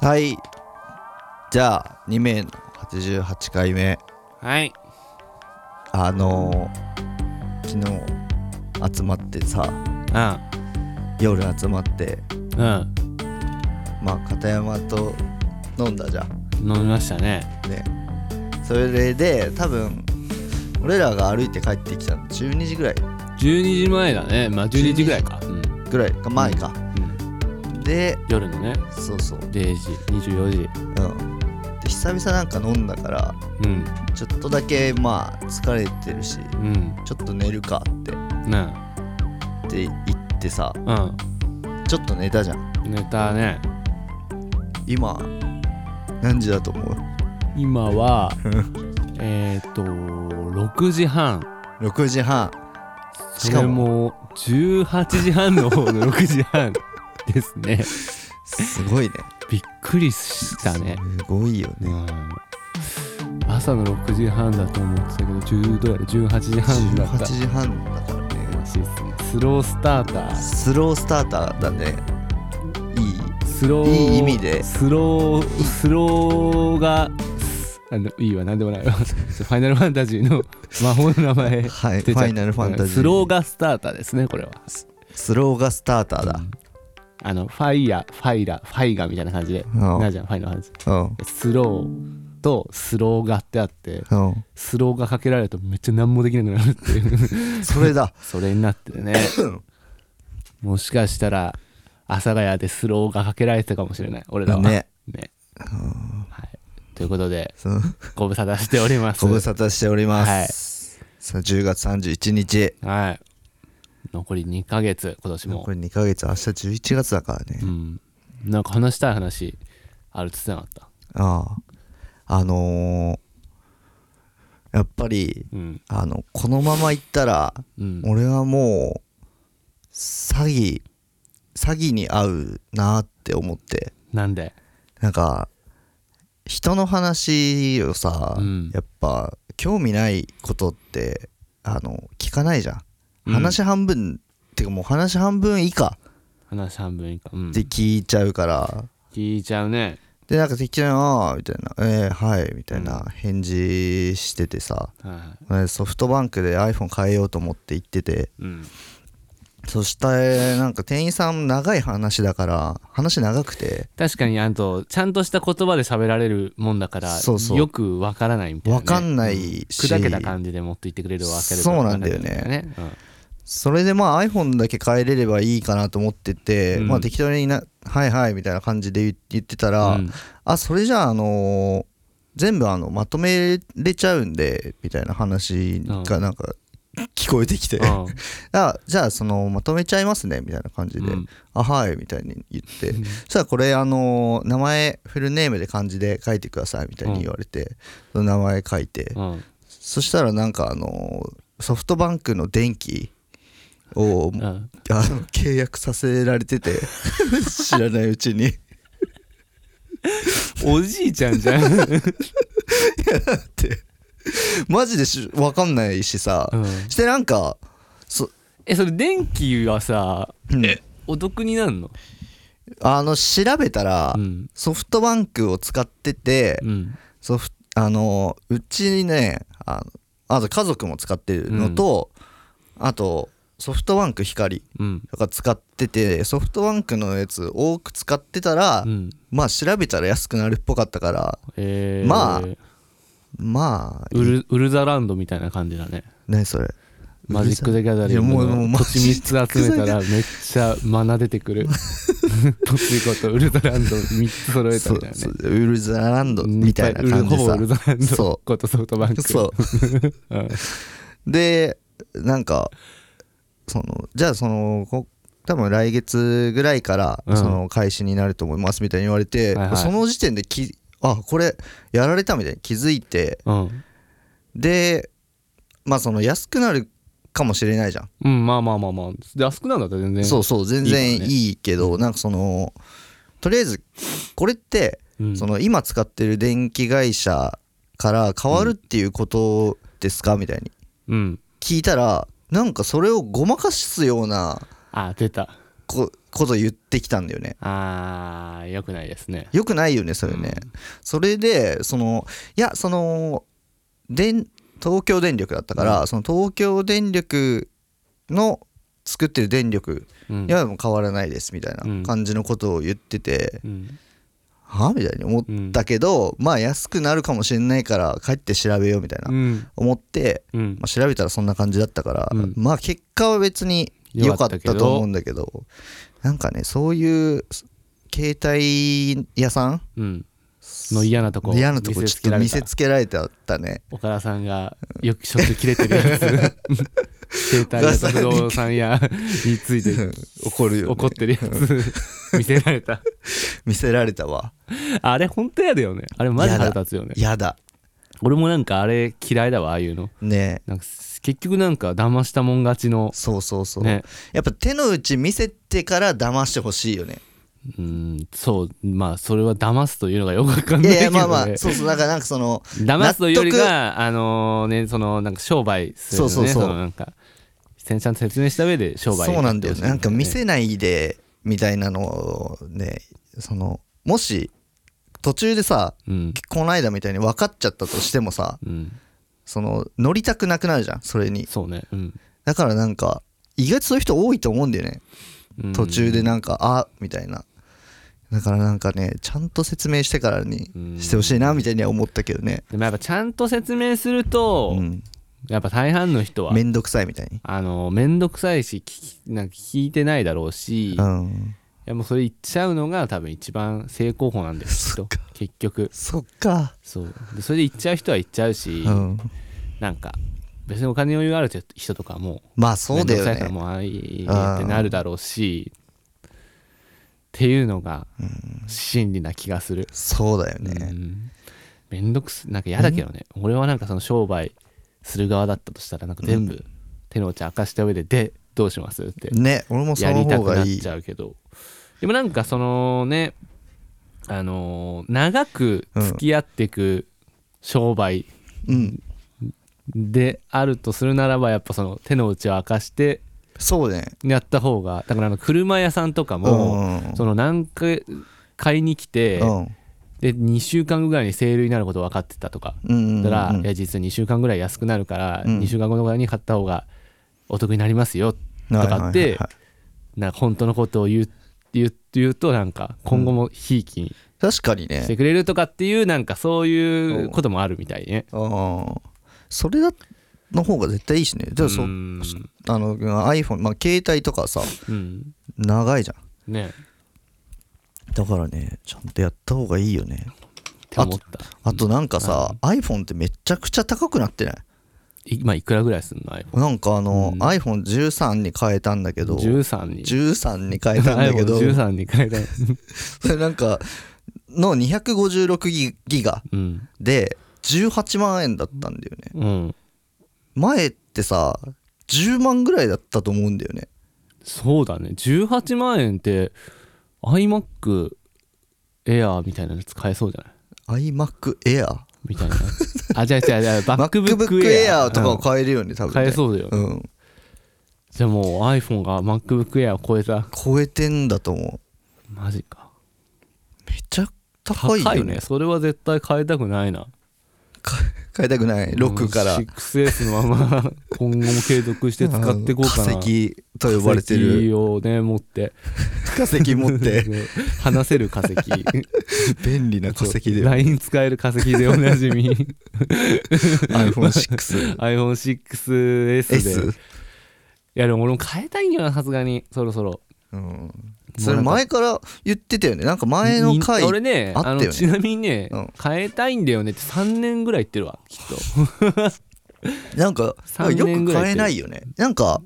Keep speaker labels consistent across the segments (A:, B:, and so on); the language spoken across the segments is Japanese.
A: はいじゃあ2名の88回目
B: はい
A: あのー、昨日集まってさ
B: うん
A: 夜集まって
B: うん
A: まあ片山と飲んだじゃん
B: 飲みましたね
A: ねそれで多分俺らが歩いて帰ってきたの12時ぐらい
B: 12時前だねまあ12時ぐらいかうん、
A: ぐらいか前か、
B: うん、
A: で
B: 夜のね
A: そうそう
B: 0時24時
A: うんで久々なんか飲んだから
B: うん
A: ちょっとだけまあ疲れてるし
B: うん
A: ちょっと寝るかって
B: ね
A: って言ってさ
B: うん
A: ちょっと寝たじゃん
B: 寝たね
A: 今何時だと思う
B: 今はえっと6時半
A: ?6 時半し
B: そ
A: か
B: れ
A: も
B: も18時半の方の6時 半ですね
A: すごいね
B: びっくりしたね
A: すごいよ
B: う
A: ね
B: ん朝の6時半だと思ってたけど10どうやら18時半だった
A: 18時半だからね
B: らしいですねスロースターター
A: スロースターターだねいい
B: スロー
A: いい意味で
B: スロースローがすあのいいわ何でもないわ ファイナルファンタジーの魔法の名前
A: はいフ
B: 出ちゃった
A: ァイナルファンタジー
B: スローがスターターですねこれは
A: スローがスターターだ
B: あのファイヤファイラファイガみたいな感じで
A: うん
B: なるじゃんファイナルファンタジ
A: うん
B: ースローとスローがってあって
A: う
B: スローがかけられるとめっちゃ何もできなくなるっていう
A: んそれ だ
B: それになって るねもしかしたら阿佐ヶ谷でスローがかけられてたかもしれない俺らは
A: ね
B: ねはい、ということで
A: そう
B: ご無沙汰しております
A: ご無沙汰しておりますさあ10月31日
B: はい残り2ヶ月今年も
A: これ2ヶ月明日11月だからね
B: うんなんか話したい話あるっつってなかった
A: あああのーやっぱり
B: うん
A: あのこのままいったら
B: うん
A: 俺はもう詐欺詐欺に合うなって思って
B: なんで
A: なんか人の話をさ、
B: うん
A: やっぱ興味ないことってあの聞かないじゃん、
B: うん
A: 話半分ってかもう話半分以下
B: 話半分以下、うん、
A: って聞いちゃうから、
B: 聞いちゃうね
A: でなんか適当に「ああ」みたいな「えー、はい」みたいな返事しててさ、
B: は
A: 俺ソフトバンクで iPhone 変えようと思って行ってて
B: いうん
A: そしてなんか店員さん長い話だから話長くて
B: 確かにあとちゃんとした言葉で喋られるもんだから
A: そうそう
B: よくわからないみたいな、ね、
A: 分かんな
B: うん
A: いし、
B: 砕けた感じで持っていってくれるわけだから
A: そうなんだよね
B: ね、うん
A: それでまあ iPhone だけ変えれればいいかなと思ってて、
B: うん
A: まあ適当にな「はいはい」みたいな感じで言言ってたら、
B: うん
A: あそれじゃああのー全部あのまとめれちゃうんでみたいな話がなんか聞こえてきて、
B: うん
A: あじゃあそのまとめちゃいますねみたいな感じで「
B: うん
A: あはい」みたいに言ってそしたらこれあの名前フルネームで漢字で書いてくださいみたいに言われて、その名前書いて
B: うん
A: そしたらなんかあのソフトバンクの電気を
B: うん
A: あの契約させられて て知らないうちにい
B: おじいちゃんじゃん、 うん
A: やだってマジでし分かんないしさ、してなんかそ、
B: えそれ電気はさ
A: うん
B: お得になるの
A: あの調べたら、
B: うん
A: ソフトバンクを使ってて、
B: うん
A: ソフあのうちにねあのあと家族も使ってるのと、あとソフトバンク光
B: うん
A: とか使っててソフトバンクのやつ多く使ってたら、
B: うん
A: まあ調べたら安くなるっぽかったから
B: えー、
A: まあまあ
B: ウルウルザランドみたいな感じだね
A: 何それ
B: マジック・ザ・ギャザリン
A: いやもうもう
B: グの
A: マ
B: 土
A: ジック
B: 地3つ集めたらめっちゃマナ出てくる 土地ごとウルザランド3つ揃えたみたいな
A: そう
B: ね
A: そうウルザランドみたいな感じ
B: ほぼ
A: さ
B: ウルザランド
A: そ
B: ことソフトバンク
A: そう
B: う、ん、
A: でなんかそのじゃあそのこ多分来月ぐらいから
B: うん
A: その開始になると思いますみたいに言われて、
B: はいはい
A: その時点できあこれやられたみたいに気づいて
B: うん
A: でまあその安くなるかもしれないじゃん、
B: うん、まあまあまあまあで安くなんだったら全然
A: そうそう全然
B: いいからね
A: いいけどなんかそのとりあえずこれって
B: う、ん、
A: その今使ってる電気会社から変わるっていうことですかみたいに
B: うん
A: 聞いたらなんかそれをごまかすような
B: あ出た
A: ここと言ってきたんだよね
B: あーよくないですね
A: よくないよねそれね、それでそのいやそので東京電力だったから、その東京電力の作ってる電力
B: うん
A: いやもう変わらないですみたい
B: うん
A: な感じのことを言ってて、
B: うん
A: はあみたいに思ったけど、まあ安くなるかもしれないから帰って調べようみたいな、
B: うん
A: 思って、
B: うん
A: まあ、調べたらそんな感じだったから、
B: うん
A: まあ結果は別に良かったと思うんだけどなんかねそういう携帯屋さん
B: うんの嫌なとこ
A: 嫌なとこちょっと見せ
B: つ
A: つけられてあったね
B: 岡田さんがよくしょっちゅう切れてるやつ携帯や不動産屋につ いて
A: 怒るよ、ね、
B: 怒ってるやつ見せられた
A: 見せられたわ
B: あれ本当やだよねあれマジ腹立つよね
A: やだ
B: 俺もなんかあれ嫌いだわああいうの
A: ね
B: なんか結局なんか騙したもん勝ちの
A: そうそうそう、
B: ね
A: やっぱ手の内見せてから騙してほしいよね
B: うんそうまあそれは騙すというのがよくわかん
A: い
B: ない
A: やい
B: けど、
A: や
B: ね、
A: まあまあそうそうだからなんかその
B: 騙すというよりがあのねそのなんか商売するよね
A: そうそうそう
B: のなんかちゃんと説明した上で商売
A: そうなんだよ
B: やってほしい
A: ねなんか見せないでみたいなのをねそのもし途中でさ
B: うん
A: この間みたいに分かっちゃったとしてもさ
B: うん
A: その乗りたくなくなるじゃんそれに
B: そうねうん
A: だからなんか意外とそういう人多いと思うんだよね
B: うん
A: 途中でなんかあみたいなだからなんかねちゃんと説明してからにしてほしいなみたいには思ったけどね
B: でもやっぱちゃんと説明すると、
A: うん
B: やっぱ大半の人は
A: めんどくさいみたいに
B: あの面倒くさいし聞きなんか聞いてないだろうし、
A: う
B: い
A: ん
B: やもうそれ言っちゃうのが多分一番正攻法なんですきっと結局
A: そっか
B: そうでそれで言っちゃう人は言っちゃうし、
A: うん
B: なんか別にお金の余裕ある人とかも
A: まあそうだよ
B: 面倒くさいから
A: ね
B: もうああいいってなるだろうしっていうのが真理な気がする、
A: そうだよ
B: う
A: ね
B: ん、めんどくすなんか嫌だけどね俺はなんかその商売する側だったとしたらなんか全
A: う
B: 部手の内明かした上ででどうしますって
A: ね俺もそ
B: や
A: の
B: りた
A: 方
B: くな
A: が
B: っ
A: いい
B: ちゃうけどでもなんかそのねあのー長く付き合っていく商売
A: うん
B: であるとするならばやっぱその手の内を明かして
A: そうだね
B: やった方がだからあの車屋さんとかも、
A: うん
B: その何回買いに来て、
A: うん
B: で2週間後ぐらいにセールになること分かってたとか
A: うんうんうん
B: だから、いや実は2週間ぐらい安くなるから、
A: うん
B: 2週間後ぐらいに買った方がお得になりますよとか
A: は
B: っ
A: いはいはい
B: て
A: はい
B: なんか本当のことを言う言う言うとなんか今後もひいきに
A: 確かに
B: して
A: ね
B: くれるとかっていうなんかそういうこともあるみたいね。
A: うんそれだの方が絶対いいしねじゃあそ
B: うん
A: あの iPhone まあ携帯とかさ
B: うん
A: 長いじゃん
B: ね
A: だからねちゃんとやった方がいいよね
B: って思った
A: あとなんかさ、iPhone ってめちゃくちゃ高くなってない
B: 今いくらぐらいすんの iPhone
A: なんかあの、
B: うん
A: iPhone13 に変えたんだけど
B: 13に
A: 13に変えたんだけど
B: iPhone13 に変えた
A: それ なんかの256ギギガ
B: うん
A: で18万円だったんだよね
B: うん
A: 前ってさ10万ぐらいだったと思うんだよね
B: そうだね18万円って iMac Air みたいなやつ買えそうじゃない
A: iMac Air
B: みたいなあじゃあじゃあじゃあ
A: MacBook
B: MacBook
A: Air とかを
B: 買
A: 買えるよね多分
B: え,、
A: ね
B: 買えそうだよ、
A: うん
B: じゃあもう iPhone が MacBook Air を超えた
A: 超えてんだと思
B: マジか
A: うめちゃ高いよね
B: それは絶対買いたくないな
A: 買いたくない6から
B: うん 6S のま ま今後も継続して使っていこうかな
A: 化石と呼ばれてる
B: 化石をね持って
A: 化石持って
B: 話せる化石
A: 便 利な化石で
B: LINE 使える化石でおなじみ
A: iPhone6
B: iPhone6S で
A: S
B: いやでも俺も変えたいんよなさすがにそろそろ
A: うんそれ前から言ってたよねなんか前の回
B: に俺ね
A: あった
B: あ
A: よ
B: の
A: ね
B: ちなみにね、
A: うん
B: 変えたいんだよねって3年ぐらい言ってるわきっと
A: なんか
B: 3
A: よ
B: 年ぐ
A: く
B: らい
A: 買えないよねなんか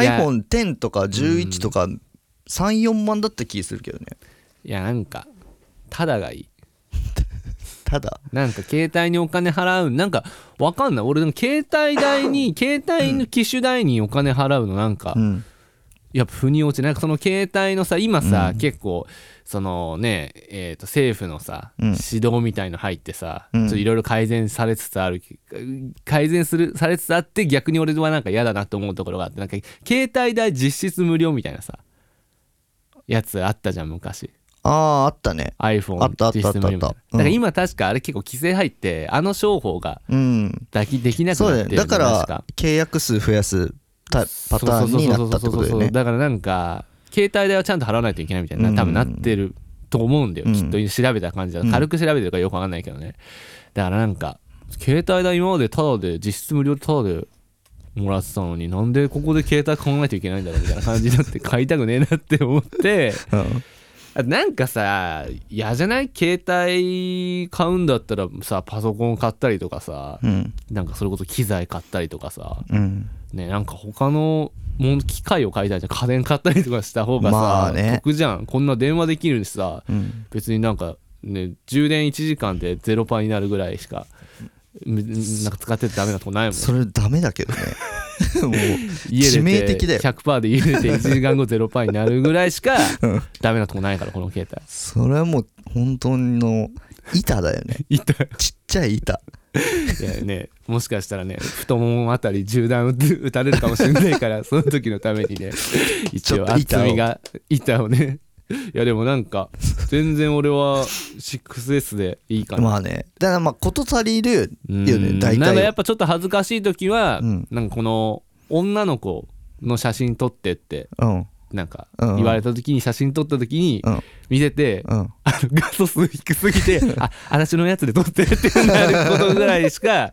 B: いや
A: iPhone10 とか11とか34万だった気するけどね
B: いやなんかただがいい
A: ただ
B: なんか携帯にお金払うなんかわかんない俺でも携帯代 に携帯の機種代にお金払うのなんか、
A: うん
B: やっぱ腑に落ちないなんかその携帯のさ今さ、結構そのねえーと政府のさ、
A: うん
B: 指導みたいの入ってさ、
A: うん
B: ちょっといろいろ改善されつつある改善するされつつあって逆に俺はなんか嫌だなと思うところがあってなんか携帯代実質無料みたいなさやつあったじゃん昔
A: あああったね
B: iPhone
A: あったあった
B: システム
A: あったあったう
B: みたいな
A: ん
B: だから今確かあれ結構規制入ってあの商法が
A: うん
B: だきできなく
A: そう
B: な
A: だ
B: っ
A: よ
B: て
A: ね
B: る
A: だか
B: 確
A: ら契約数増やすタパターンになったってことだよ
B: そうそうそうそうそう
A: ね
B: だからなんか携帯代はちゃんと払わないといけないみたいな
A: うん
B: 多分なってると思うんだよ、
A: うん
B: きっと調べた感じだ
A: うん
B: と軽く調べてるからよくわかんないけどね、だからなんか携帯代今までタダで実質無料でタダでもらってたのになんでここで携帯買わないといけないんだろうみたいな感じになって買いたくねえなって思 って
A: うん
B: あなんかさ嫌じゃない携帯買うんだったらさパソコン買ったりとかさ
A: うん
B: なんかそれこそ機材買ったりとかさ
A: うん
B: ねなんか他のもん機械を買いたいじゃん家電買ったりとかした方がさ、
A: まあね
B: 得じゃんこんな電話できるしさ
A: うん
B: 別になんか、ね、充電1時間でゼロパーになるぐらいしかむなんか使っててダメなとこないもん
A: それダメだけど ねもう
B: 家
A: 致命
B: 出て
A: 的だよ
B: 100%で家出て1時間後ゼロパーになるぐらいしか
A: うん
B: ダメなとこないからこの携帯
A: それはもう本当の板だよ ね
B: 痛い
A: ちっちゃい板
B: いやねもしかしたらね太ももあたり銃弾を撃たれるかもしれな いからその時のためにね一
A: ちょっ
B: 応
A: と板
B: 厚
A: を
B: みが板をねいやでもなんか全然俺は 6S でいいかな、
A: まあねだからまあ事足りる
B: うん
A: よね大体
B: なんかやっぱちょっと恥ずかしい時は、
A: うん
B: なんかこの女の子の写真撮ってって
A: うん
B: なんか
A: う
B: 言
A: ん
B: われた時に写真撮った時に
A: うん
B: 見てて、
A: うん
B: あの画素数低すぎ てあ私のやつで撮ってってなることぐらい しかあ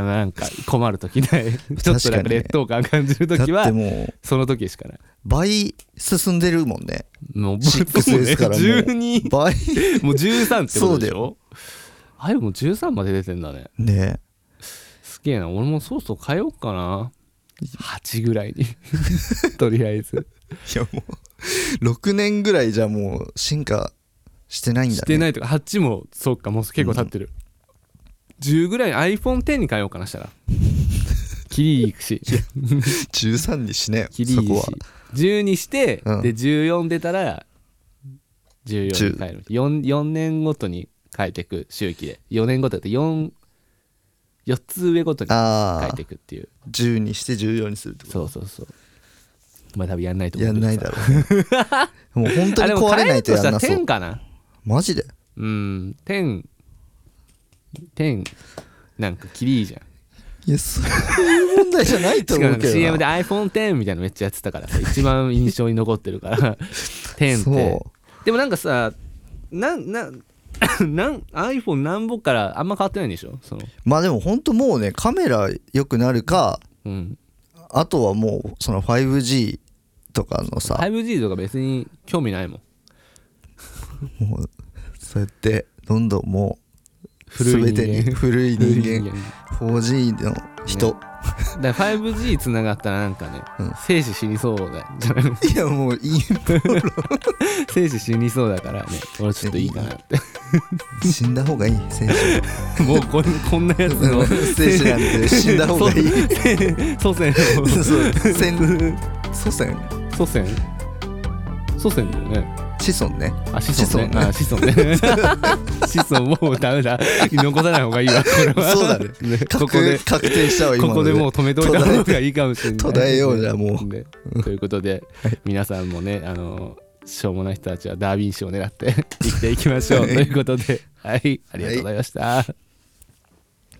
B: のなんか困る時ないちょっとなんか劣等感感じる時
A: だって
B: は
A: もう
B: その時しかない
A: 倍進んでるもんね
B: もう
A: 6ですからもう
B: 12
A: 倍
B: もう13ってことでし
A: そうだ
B: ょあれもう13まで出てんだね
A: ね
B: すげえな俺もそうそう変えようかな8ぐら いにとりあえず
A: いやもう6年ぐらいじゃもう進化してないんだね
B: してないとか8もそうかもう結構経ってる、10ぐらいに iPhone10 に変えようかなした らキリいくし
A: 13にしね
B: キリ
A: そ
B: いい
A: こ
B: し
A: は
B: 10にして、
A: うん
B: で14出たら14に変える 4, 4年ごとに変えていく周期で4年ごとで44つ上ごとに変
A: あ
B: えて
A: あ
B: いくっていう
A: 10にして14にするってこ
B: そうそうそうまあ多分やんないと
A: と
B: 思
A: やん
B: うけどさ
A: ないだろう もう本当に壊れないとやんな
B: あ
A: そ
B: でも変えるとしたら
A: う
B: 10かな
A: マジで
B: うん10 10なんかキリいいじゃん
A: いやそういう問題じゃないと
B: しかも
A: 思う
B: な
A: んけ
B: か
A: ど
B: CM で
A: な
B: iPhone10 みたいなのめっちゃやってたからさ一番印象に残ってるから 10っ
A: そ
B: て
A: う
B: でもなんかさなんなん なん iPhone 何本からあんま変わってないんでしょその
A: まあでも本当もうねカメラ良くなるか
B: うん
A: あとはもうその 5G とかのさ
B: 5G とか別に興味ないもん
A: もうそうやってどんどんもう
B: 古い
A: 全てに
B: 人間
A: 古い人間
B: 間
A: 4G の人、
B: だから 5G つながったらなんかね、
A: うん
B: 生死死にそうだじゃない
A: いやもういい
B: 生死死にそうだからね俺ちょっといいかなって
A: 死んだ方がいい選手
B: もうこんこんなやつの
A: 選手なんて死んだ方がいい
B: 祖先を
A: そう先祖先
B: 祖先祖先だよね
A: 子孫 ね
B: あ、子孫ね。
A: 子孫ね
B: あ、子孫ね。 子孫もうダメだ。残さない方がいいわ、これは。
A: そうだね
B: こ
A: 確
B: こで、
A: 確定したわ今
B: ここでもう止めといた方がいいかもしれない。
A: 途絶えようじゃもう
B: ねということで、皆さんもね、あの、しょうもない人たちはダーウィン賞を狙って生きていきましょう。
A: はい
B: ということで、はい、ありがとうございました。